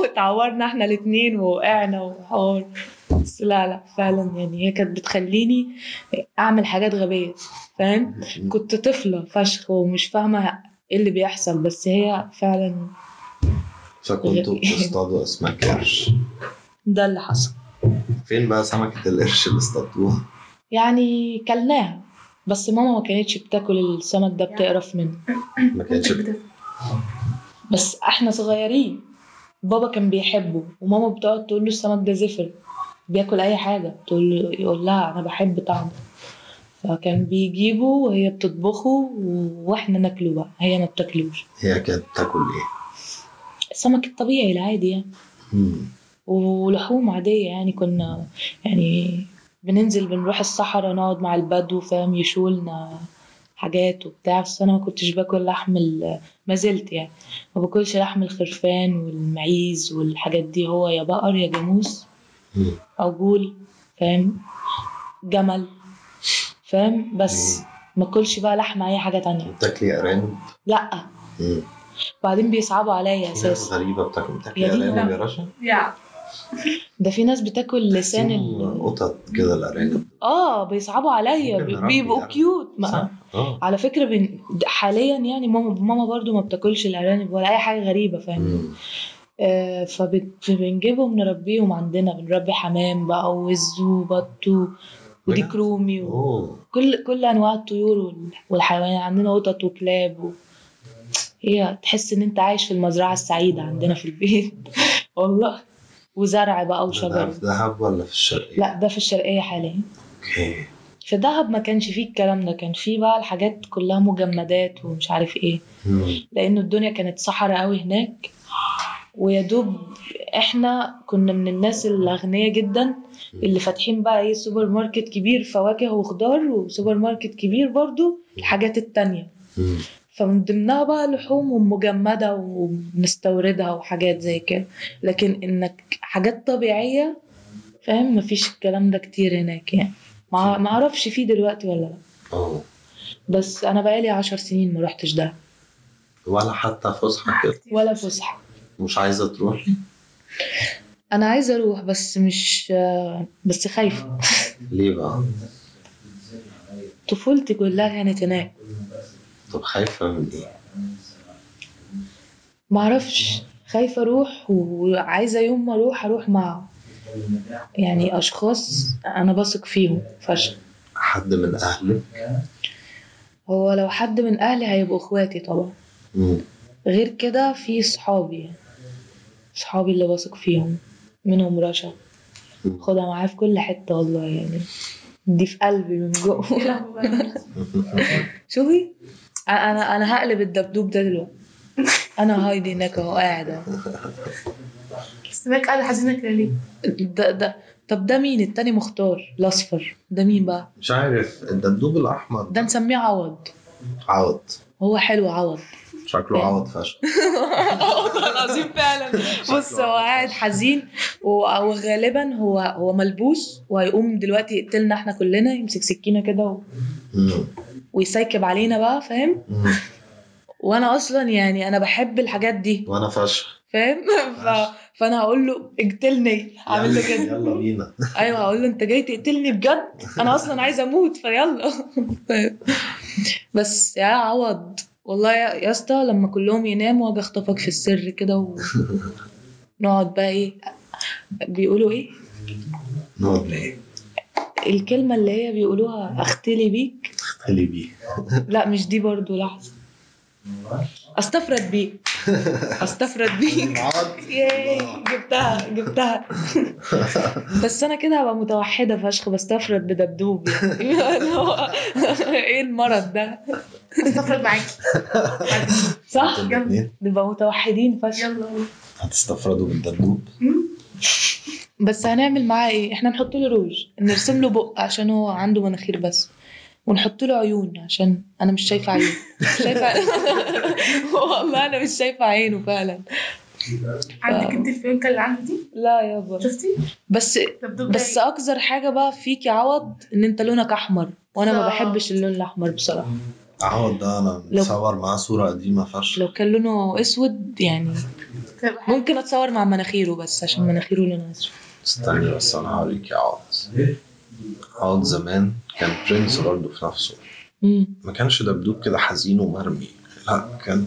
A: واتعورنا احنا الاتنين ووقعنا وحوار بس لا لا فعلا يعني هي كانت بتخليني اعمل حاجات غبيه فاهم كنت طفله فشخ ومش فاهمه ايه اللي بيحصل بس هي فعلا (laughs)
B: فكنتوا بتصطادوا اسماك قرش
A: ده اللي حصل
B: فين بقى سمكة القرش اللي اصطادوها؟
A: يعني كلناها بس ماما ما كانتش بتاكل السمك ده بتقرف منه
B: ما كانتش
A: بس احنا صغيرين بابا كان بيحبه وماما بتقعد تقول له السمك ده زفر بياكل اي حاجه تقول له يقول لها انا بحب طعمه فكان بيجيبه وهي بتطبخه و- واحنا ناكله بقى هي ما بتاكلوش
B: هي كانت بتاكل ايه؟
A: السمك الطبيعي العادي يعني
B: مم.
A: ولحوم عاديه يعني كنا يعني بننزل بنروح الصحراء نقعد مع البدو فاهم يشولنا حاجات وبتاع بس انا ما كنتش باكل لحم ال- ما زلت يعني ما باكلش لحم الخرفان والمعيز والحاجات دي هو يا بقر يا جاموس
B: مم.
A: او جول فاهم جمل فاهم بس ما اكلش بقى لحمه اي حاجه تانية
B: بتاكلي ارانب؟
A: لا
B: مم.
A: بعدين بيصعبوا عليا
B: في ناس
A: اساسا
B: غريبة بتاكل بتاكلي
A: يا دين
B: ارانب
A: أمي.
B: يا رشا؟
E: يا
A: ده في ناس بتاكل لسان
B: تحسيهم
A: ال...
B: قطط كده الارانب
A: اه بيصعبوا عليا
B: ممكن
A: بي-
B: نربي
A: بيبقوا
B: أرنب.
A: كيوت ما
B: صح؟ اه
A: على فكره بن... حاليا يعني ماما ماما برضو ما بتاكلش الارانب ولا اي حاجه غريبه فاهم
B: مم.
A: آه فب- فبنجيبهم نربيهم عندنا بنربي حمام بقى ووز وبط و- وديك رومي و...
B: اوه
A: كل كل انواع الطيور وال- والحيوانات عندنا قطط وكلاب و... هي تحس ان انت عايش في المزرعه السعيده عندنا في البيت (laughs) والله وزرع بقى
B: ده
A: وشجر
B: في دهب ولا في الشرقية؟
A: لا ده في الشرقيه حاليا
B: اوكي
A: في دهب ما كانش فيه الكلام ده كان فيه بقى الحاجات كلها مجمدات ومش عارف ايه
B: مم.
A: لانه الدنيا كانت صحرا قوي هناك ويا دوب احنا كنا من الناس الاغنياء جدا اللي فاتحين بقى ايه سوبر ماركت كبير فواكه وخضار وسوبر ماركت كبير برضو الحاجات التانية
B: مم.
A: فمن ضمنها بقى لحوم ومجمدة وبنستوردها وحاجات زي كده لكن انك حاجات طبيعية فاهم مفيش الكلام ده كتير هناك يعني ما ما اعرفش فيه دلوقتي ولا لا
B: اه
A: بس انا بقالي عشر سنين ما روحتش ده
B: ولا حتى فسحة كده
A: ولا
E: (laughs)
A: فسحة
B: مش عايزة تروحي
A: انا عايزه اروح بس مش بس خايفه
B: ليه بقى؟
A: طفولتي كلها كانت هناك
B: طب خايفة من ايه؟
A: معرفش خايفه اروح وعايزه يوم ما اروح اروح مع يعني اشخاص انا بثق فيهم فشخ
B: حد من أهلك؟
A: هو لو حد من اهلي هيبقوا اخواتي طبعا
B: مم.
A: غير كده في صحابي صحابي اللي بثق فيهم منهم رشا
B: مم.
A: خدها معايا في كل حته والله يعني دي في قلبي من جوه (laughs) شوفي أ- انا انا هقلب الدبدوب ده دلوقتي انا هايدي هناك اهو قاعد اهو
E: سمك قال حزينك ليه؟
A: ده ده طب ده مين التاني مختار الاصفر ده مين بقى
B: مش عارف الدبدوب الأحمر
A: ده نسميه عوض
B: عوض
A: هو حلو عوض
B: شكله عوض فشخ
A: والله العظيم فعلا
B: (laughs)
A: بص هو قاعد حزين و- وغالبا هو هو ملبوس وهيقوم دلوقتي يقتلنا احنا كلنا يمسك سكينه كده و-
B: مم.
A: ويسيكب علينا بقى فاهم
B: مم.
A: وانا اصلا يعني انا بحب الحاجات دي
B: وأنا فشخ
A: فاهم (laughs) ف... فانا هقول له اقتلني عامل له
B: يلا-
A: كده
B: يلا بينا
A: ايوه هقول له انت جاي تقتلني بجد انا اصلا عايزه اموت فيلا (laughs) طيب. بس يا عوض والله يا يا اسطى لما كلهم يناموا واجي اخطفك في السر كده ونقعد بقى ايه بيقولوا ايه
B: نقعد ليه؟
A: الكلمه اللي هي بيقولوها اختلي بيك
B: خلي بيه
A: لا مش دي برضو لحظه استفرد بيك استفرد بيك
B: عوض
A: ياي جبتها جبتها بس انا كده هبقى متوحده فشخ بستفرد بدبدوب يعني (laughs) اللي هو ايه المرض ده
E: استفرد معاكي
A: صح
B: انتوا الاتنين
A: نبقى متوحدين فشخ
E: (laughs) يلا
B: هتستفردوا بالدبدوب
A: بس هنعمل معاه ايه احنا نحط له روج نرسم له بق عشان هو عنده مناخير بس ونحط له عيون عشان انا مش شايفه عيون مش شايفه (laughs) والله انا مش شايفه عينه فعلا
E: عندك انت الفيونكه اللي عندي
A: لا يابا
E: شفتي؟
A: بس
E: دبدوب
A: بس
E: رايق.
A: اكتر حاجه بقى فيكي عوض ان انت لونك احمر وانا ما
E: بالظبط.
A: بحبش اللون الاحمر بصراحه
B: عوض ده أنا
A: لو-
B: متصور معاه صورة قديمة فشخ
A: لو كان لونه اسود يعني
E: طب حلو.
A: ممكن اتصور مع مناخيره بس عشان مناخيره لونها اسود
B: استني بس انا هوريك يا عوض عوض زمان كان برنس برضه في نفسه
A: مم.
B: ما كانش دبدوب كده حزين ومرمي لا كان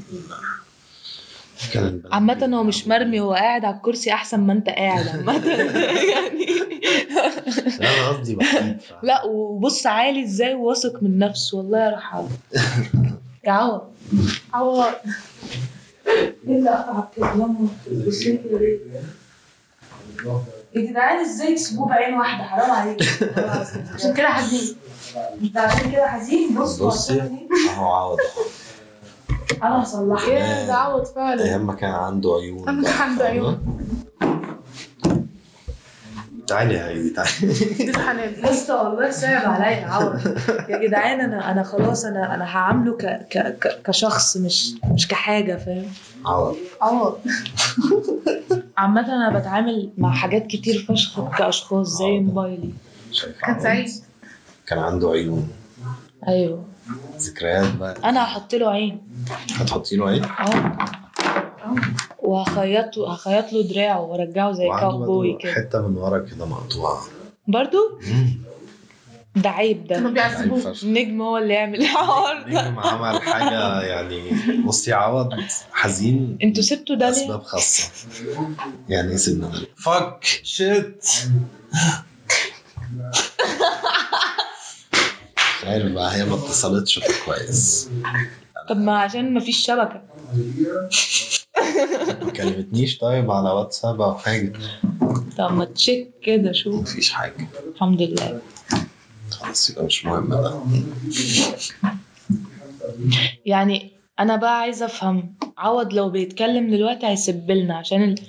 B: كان البنات
A: عامة هو مش مرمي هو قاعد على الكرسي أحسن ما أنت قاعد (laughs) عامة يعني
B: لا انا قصدي بحب
A: لا وبص عالي إزاي وواثق من نفسه والله يرحمه يا عوض
E: عوار
A: إيه اللي قطع الكلام بصي ليه؟ يا جدعان ازاي تسيبوه بعين واحدة حرام عليك (laughs)
E: عشان كده حزين
A: انت عشان كده حزين بص
B: بصي. اهو عوض
A: انا هصلحك
E: يا ده عوض فعلا
B: ايام ما كان عنده عيون
E: أما
B: بقى،
E: كان عنده
B: فاهمة؟ تعالي يا هايدي تعالي
E: دي الحنان
A: بص والله صعب عليا يا عوض يا جدعان انا انا خلاص انا انا هعامله ك ك ك- كشخص مش مش كحاجه فاهم
B: عوض
E: عوض
A: عامة انا بتعامل مع حاجات كتير فشخ كاشخاص زي موبايلي
B: شايف
E: كان
B: عوض؟
E: سعيد
B: كان عنده عيون
A: ايوه
B: ذكريات بقى
A: انا هحط له عين
B: هتحطي له عين
A: اه وهخيطه هخيط له دراعه وارجعه زي
B: وعنده
A: كاوبوي
B: برضه
A: كده
B: حته من ورا كده مقطوعه
A: برضو ده عيب
E: كانوا
A: ده
B: عيب
E: بيعذبوه
B: فشخ
A: نجم هو اللي يعمل الحوار
B: (laughs)
A: ده
B: نجم عمل حاجه يعني بصي عوض حزين
A: انتوا سبتوا ده ليه؟
B: اسباب خاصه يعني سيبنا فك شيت مش عارف بقى هي ما اتصلتش كويس
A: طب ما عشان مفيش شبكة
B: ما كلمتنيش طيب على واتساب او حاجه
A: طب ما تشيك كده شوف
B: مفيش حاجه
A: الحمد لله
B: خلاص يبقى مش مهم بقى
A: يعني انا بقى عايزه افهم عوض لو بيتكلم دلوقتي هيسبلنا عشان ال-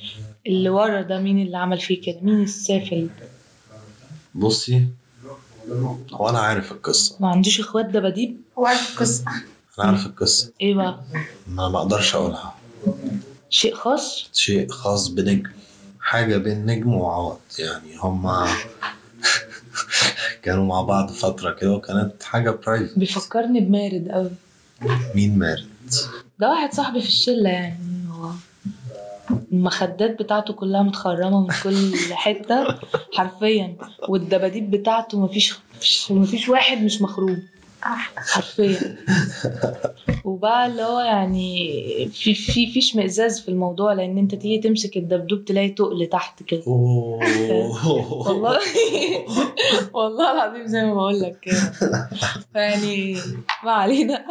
A: اللي ورا ده مين اللي عمل فيه كده مين السافل
B: بصي هو انا عارف القصه
A: ما عندوش اخوات دباديب
E: هو عارف القصة
B: انا عارف القصه
A: ايه بقى
B: ما ما اقدرش اقولها
A: شيء خاص
B: شيء خاص بنجم حاجه بين نجم وعوض يعني هما (laughs) كانوا مع بعض فتره كده وكانت حاجه برايفت
A: بيفكرني بمارد قوي
B: مين مارد
A: ده واحد صاحبي في الشله يعني هو المخدات بتاعته كلها متخرمه من كل حته حرفيا والدباديب بتاعته مفيش مفيش- مفيش واحد مش مخروم حرفيا وبقى اللي هو يعني في في في اشمئزاز في الموضوع لان انت تيجي تمسك الدبدوب تلاقي تقل تحت كده والله (laughs) والله العظيم زي ما بقول لك كده فيعني ما علينا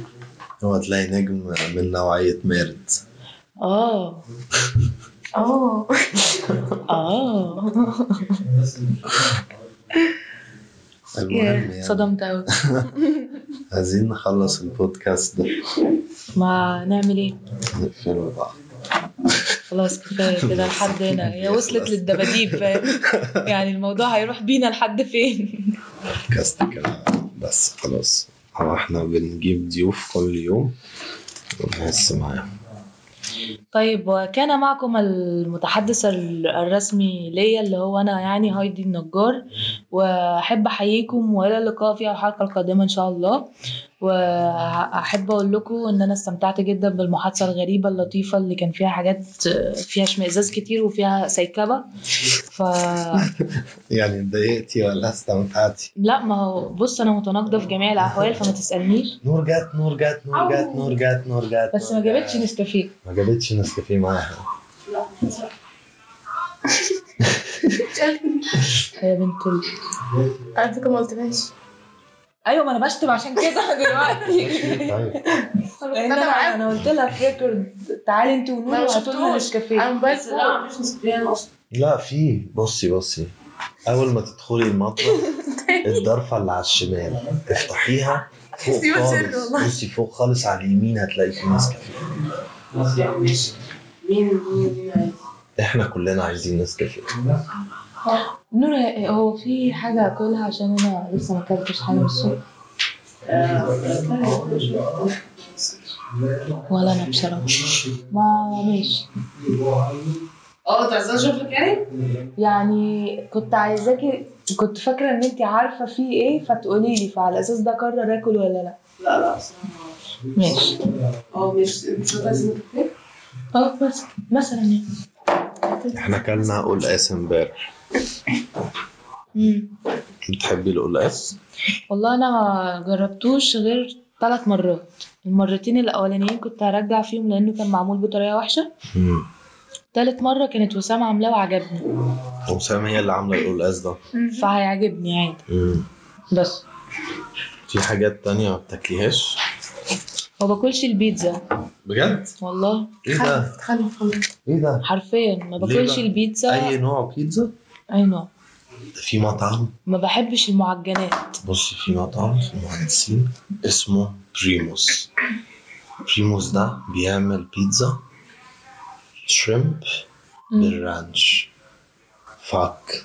B: (laughs) هو تلاقي نجم من نوعيه مارد
A: اه
E: اه
A: اه
B: المهم يعني
A: صدمت قوي
B: عايزين نخلص البودكاست ده
A: ما نعمل ايه
B: نقفله بقى
A: خلاص كفايه كده لحد هنا هي وصلت للدباديب فاهم؟ يعني الموضوع هيروح بينا لحد فين
B: بودكاست كده بس خلاص هو احنا بنجيب ضيوف كل يوم ونحس معاهم
A: طيب وكان معكم المتحدث ال- الرسمي ليا اللي هو انا يعني هايدي النجار واحب احييكم والى اللقاء في الحلقه القادمه ان شاء الله واحب اقول لكم ان انا استمتعت جدا بالمحادثه الغريبه اللطيفه اللي كان فيها حاجات فيها اشمئزاز كتير وفيها سيكبه ف
B: يعني اتضايقتي ولا استمتعتي
A: لا ما هو بص انا متناقضه في جميع الاحوال فما تسالنيش
B: نور جات نور جات نور جات نور جات نور جات
A: بس ما
B: نور
A: جابتش
B: جات.
A: نستفيد
B: ما جابتش نسكافيه معاها
A: يا بنت ال-
E: (laughs) على فكرة ما قلتلهاش
A: ايوه ما انا بشتم عشان كده دلوقتي
B: طيب
A: لان
E: (laughs) أنا
A: انا
E: معاك.
A: انا قلت لها في ريكورد تعالي انت ونور
E: ما
A: وهاتوا لنا
E: شفتوش. أنا
A: نسكافيه
E: موبايل
A: بس لا مفيش نسكافيه أصلاً.
B: لا في بصي بصي اول ما تدخلي المطبخ الضرفه اللي على الشمال افتحيها فوق
E: سيبك سر
B: خالص
E: والله.
B: بصي فوق خالص على اليمين هتلاقي في نسكافيه احنا كلنا عايزين نسكافيه
A: نور ه- هو في حاجه اكلها عشان انا لسه ما اكلتش حاجه من الصبح ولا انا بصراحه ما ماشي
E: اه تعزها اشوف لك يعني؟
A: يعني كنت عايزاكي كنت فاكره ان انت عارفه في ايه فتقولي لي فعلى اساس ده اقرر اكل ولا لا
E: لا لا
A: ماشي
E: اه مش مش هتعزم
A: اه بس مثلا يعني
B: احنا اكلنا قلقاس امبارح
A: مم.
B: بتحبي القلقاس؟
A: والله انا ما جربتوش غير ثلاث مرات المرتين الاولانيين كنت هرجع فيهم لانه كان معمول بطريقه وحشه
B: مم.
A: تالت مره كانت وسام عاملاه وعجبني
B: وسام هي اللي عامله القلقاس ده
A: فهيعجبني عادي
B: مم.
A: بس
B: في حاجات تانية ما بتاكليهاش
A: ما باكلش البيتزا
B: بجد؟
A: والله
B: ايه ده؟
E: تخلف
B: ايه ده؟
A: حرفيا ما
B: ليه
A: باكلش
B: بقى؟
A: البيتزا
B: اي نوع بيتزا؟
A: اي نوع
B: في مطعم
A: ما بحبش المعجنات
B: بص في مطعم في المهندسين اسمه بريموس بريموس ده بيعمل بيتزا شريمب
A: مم.
B: بالرانش فاك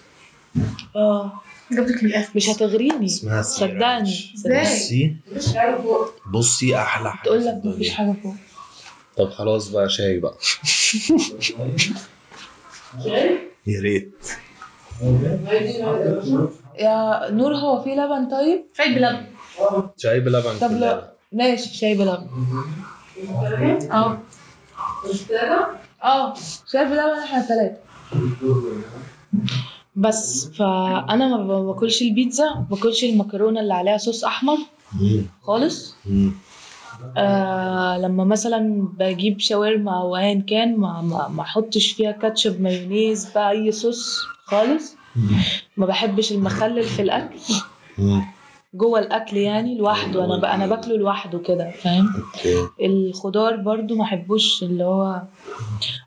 A: اه
E: جاب لك الاخر
A: مش هتغريني
B: اسمها سي
A: صدقني
B: رانش.
A: صدقني
B: بصي بصي احلى حاجه
A: تقول
B: في
A: لك مفيش
B: الدنيا.
A: حاجه فوق
B: طب خلاص بقى
A: (laughs)
B: شاي بقى يا ريت
A: يا نور هو في لبن طيب
E: شاي بلبن
B: شاي بلبن
A: طب
B: كلنا.
A: لا ماشي شاي بلبن
E: اه
A: اه شاي بلبن احنا ثلاثه بس فانا ما باكلش البيتزا ما باكلش المكرونه اللي عليها صوص احمر
B: مم.
A: خالص
B: مم.
A: آه لما مثلا بجيب شاورما او ايا كان ما ما ما احطش فيها كاتشب مايونيز بقى اي صوص خالص ما بحبش المخلل في الاكل
B: مم.
A: جوه الاكل يعني لوحده انا ب... انا باكله لوحده كده فاهم
B: اوكي
A: الخضار برضو ما احبوش اللي هو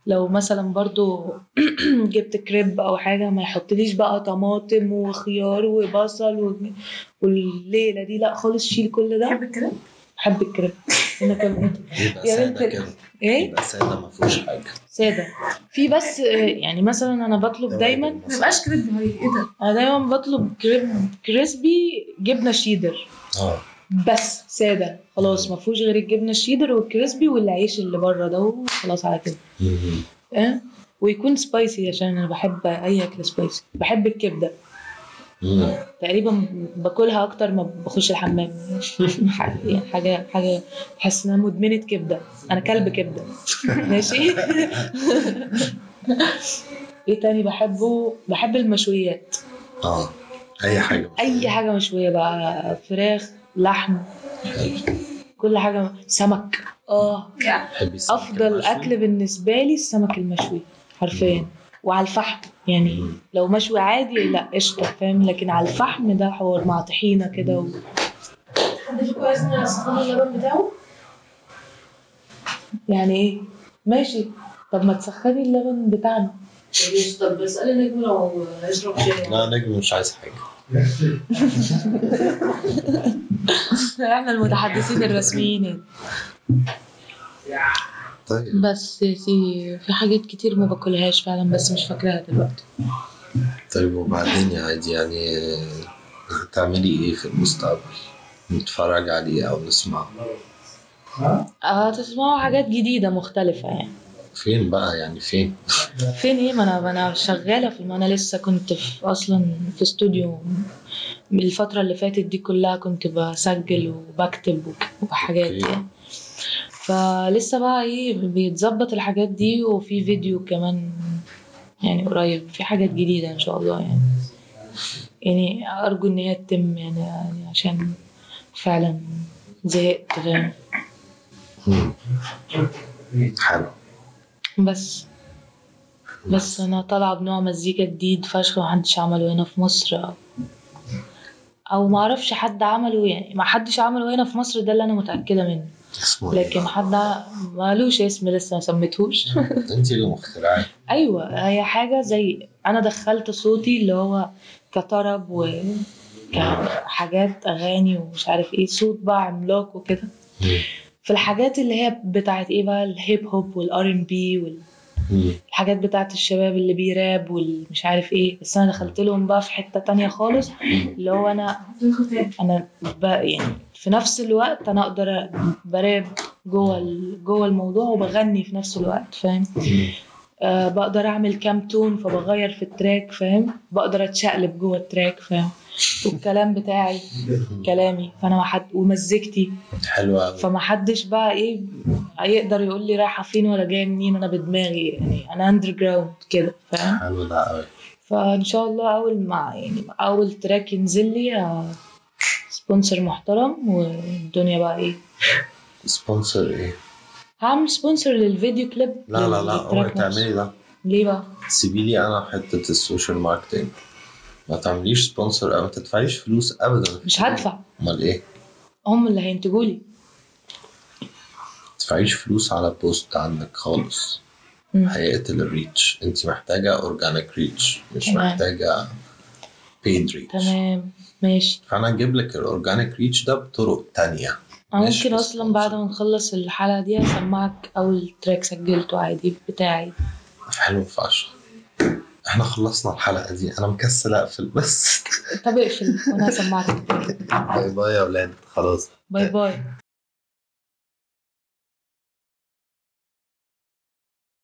A: لو مثلا برضو (clears throat) جبت كريب او حاجه ما يحطليش بقى طماطم وخيار وبصل و... والليله دي لا خالص شيل كل ده
E: بحب كده
A: بحب الكريب انا كمان
B: يبقى
A: يا بنت
B: ساده
A: ال-
B: كده
A: ايه
B: يبقى ساده ما فيهوش حاجه
A: ساده في بس آه، يعني مثلا انا بطلب دايما
E: ما يبقاش كده النهاريه ايه ده؟
A: انا دايما بطلب كريب كريسبي جبنه شيدر
B: اه
A: بس ساده خلاص ما فيهوش غير الجبنه الشيدر والكريسبي والعيش اللي بره ده وخلاص على كده
B: مم.
A: اه ويكون سبايسي عشان انا بحب اي اكل سبايسي بحب الكبده
B: مم.
A: تقريبا باكلها اكتر ما بخش الحمام (laughs) يعني حاجه حاجه بحس ان انا مدمنه كبده انا كلب كبده (laughs) ماشي (laughs) ايه تاني بحبه بحب المشويات
B: اه اي حاجه
A: اي حاجه مشويه بقى فراخ لحم كل حاجه سمك اه
E: يعني
B: تحبي السمك
A: افضل
B: المشوي؟
A: اكل بالنسبه لي السمك المشوي حرفيا
B: مم.
A: وعلى الفحم يعني
B: مم.
A: لو مشوي عادي لا قشطه فاهم لكن على الفحم ده حوار مع طحينه كده و...
E: حد فيكم عايز يستخدم اللبن بتاعه؟
A: يعني ايه ماشي طب ما تسخني اللبن بتاعنا (laughs)
E: طب اسالي نجم لو اشرب شاي
B: لا نجم مش عايز حاجه
A: احنا المتحدثين الرسميين
B: (laughs) طيب
A: بس يا سيدي في حاجات كتير ما باكلهاش فعلا بس مش فاكراها دلوقتي
B: طيب وبعدين يا عادي يعني هتعملي ايه في المستقبل؟ نتفرج عليه او نسمعه
A: هتسمعوا آه، حاجات جديدة مختلفة يعني
B: فين بقى يعني فين؟
A: فين ايه ما انا ما انا شغالة في ما انا لسه كنت في اصلا في استوديو من الفترة اللي فاتت دي كلها كنت بسجل وبكتب وك- وحاجات
B: أوكي.
A: يعني فلسه بقى ايه بيتظبط الحاجات دي وفي فيديو كمان يعني قريب في حاجات جديدة ان شاء الله يعني يعني ارجو ان هي تتم يعني, يعني عشان فعلا زهقت فاهم
B: مم. حلو
A: بس بس انا طالعه بنوع مزيكا جديد فشخ محدش عمله هنا في مصر او او معرفش حد عمله يعني ما حدش عمله هنا في مصر ده اللي انا متاكده منه
B: اسمه ايه؟
A: لكن حد ع- مالوش اسم لسه ما سميتهوش (laughs)
B: انت اللي مخترعاه
A: ايوه هي حاجه زي انا دخلت صوتي اللي هو كطرب وكحاجات اغاني ومش عارف ايه صوت بقى عملاق وكده
B: مم.
A: في الحاجات اللي هي بتاعت ايه بقى الهيب هوب والار ان بي وال
B: مم.
A: الحاجات بتاعت الشباب اللي بيراب والمش عارف ايه بس انا دخلت لهم بقى في حتة تانية خالص اللي هو انا انا بقى يعني في نفس الوقت انا اقدر براب جوه ال- جوه الموضوع وبغني في نفس الوقت فاهم
B: مم.
A: آه بقدر اعمل كام تون فبغير في التراك فاهم بقدر اتشقلب جوه التراك فاهم والكلام بتاعي كلامي فانا ما حد ومزجتي
B: حلوة أوي
A: فما حدش بقى ايه هيقدر يقول لي رايحه فين ولا جايه منين انا بدماغي يعني انا اندر جراوند كده فاهم
B: حلو ده أوي
A: فان شاء الله اول ما يعني اول تراك ينزل لي آه، سبونسر محترم والدنيا بقى ايه
B: سبونسر إيه؟
A: هعمل سبونسر للفيديو كليب
B: لا لا إيه؟ لا
A: للتراك
B: اوعي
A: نفسه.
B: تعملي ده
A: ليه بقى؟
B: سيبيلي أنا حتة السوشيال ماركتينج ما تعمليش سبونسر أو ما تدفعيش فلوس أبدا
A: مش هدفع
B: أمال إيه؟
A: هم اللي هينتجوا لي
B: تدفعيش فلوس على بوست عندك خالص
A: مم.
B: هيقتل الريتش انت محتاجه اورجانيك ريتش مش
A: تمام.
B: محتاجه بيد ريتش
A: تمام ماشي
B: فانا اجيب لك الاورجانيك ريتش ده بطرق تانية
A: أنا
B: ماشي،
A: ممكن
B: بس
A: اصلا بعد
B: خلاص.
A: ما نخلص الحلقه دي اسمعك اول تراك سجلته عادي بتاعي
B: حلو فشخ احنا خلصنا الحلقه دي انا مكسل (laughs) اقفل بس
A: طب اقفل وانا هسمعك
B: باي باي يا اولاد خلاص
A: باي باي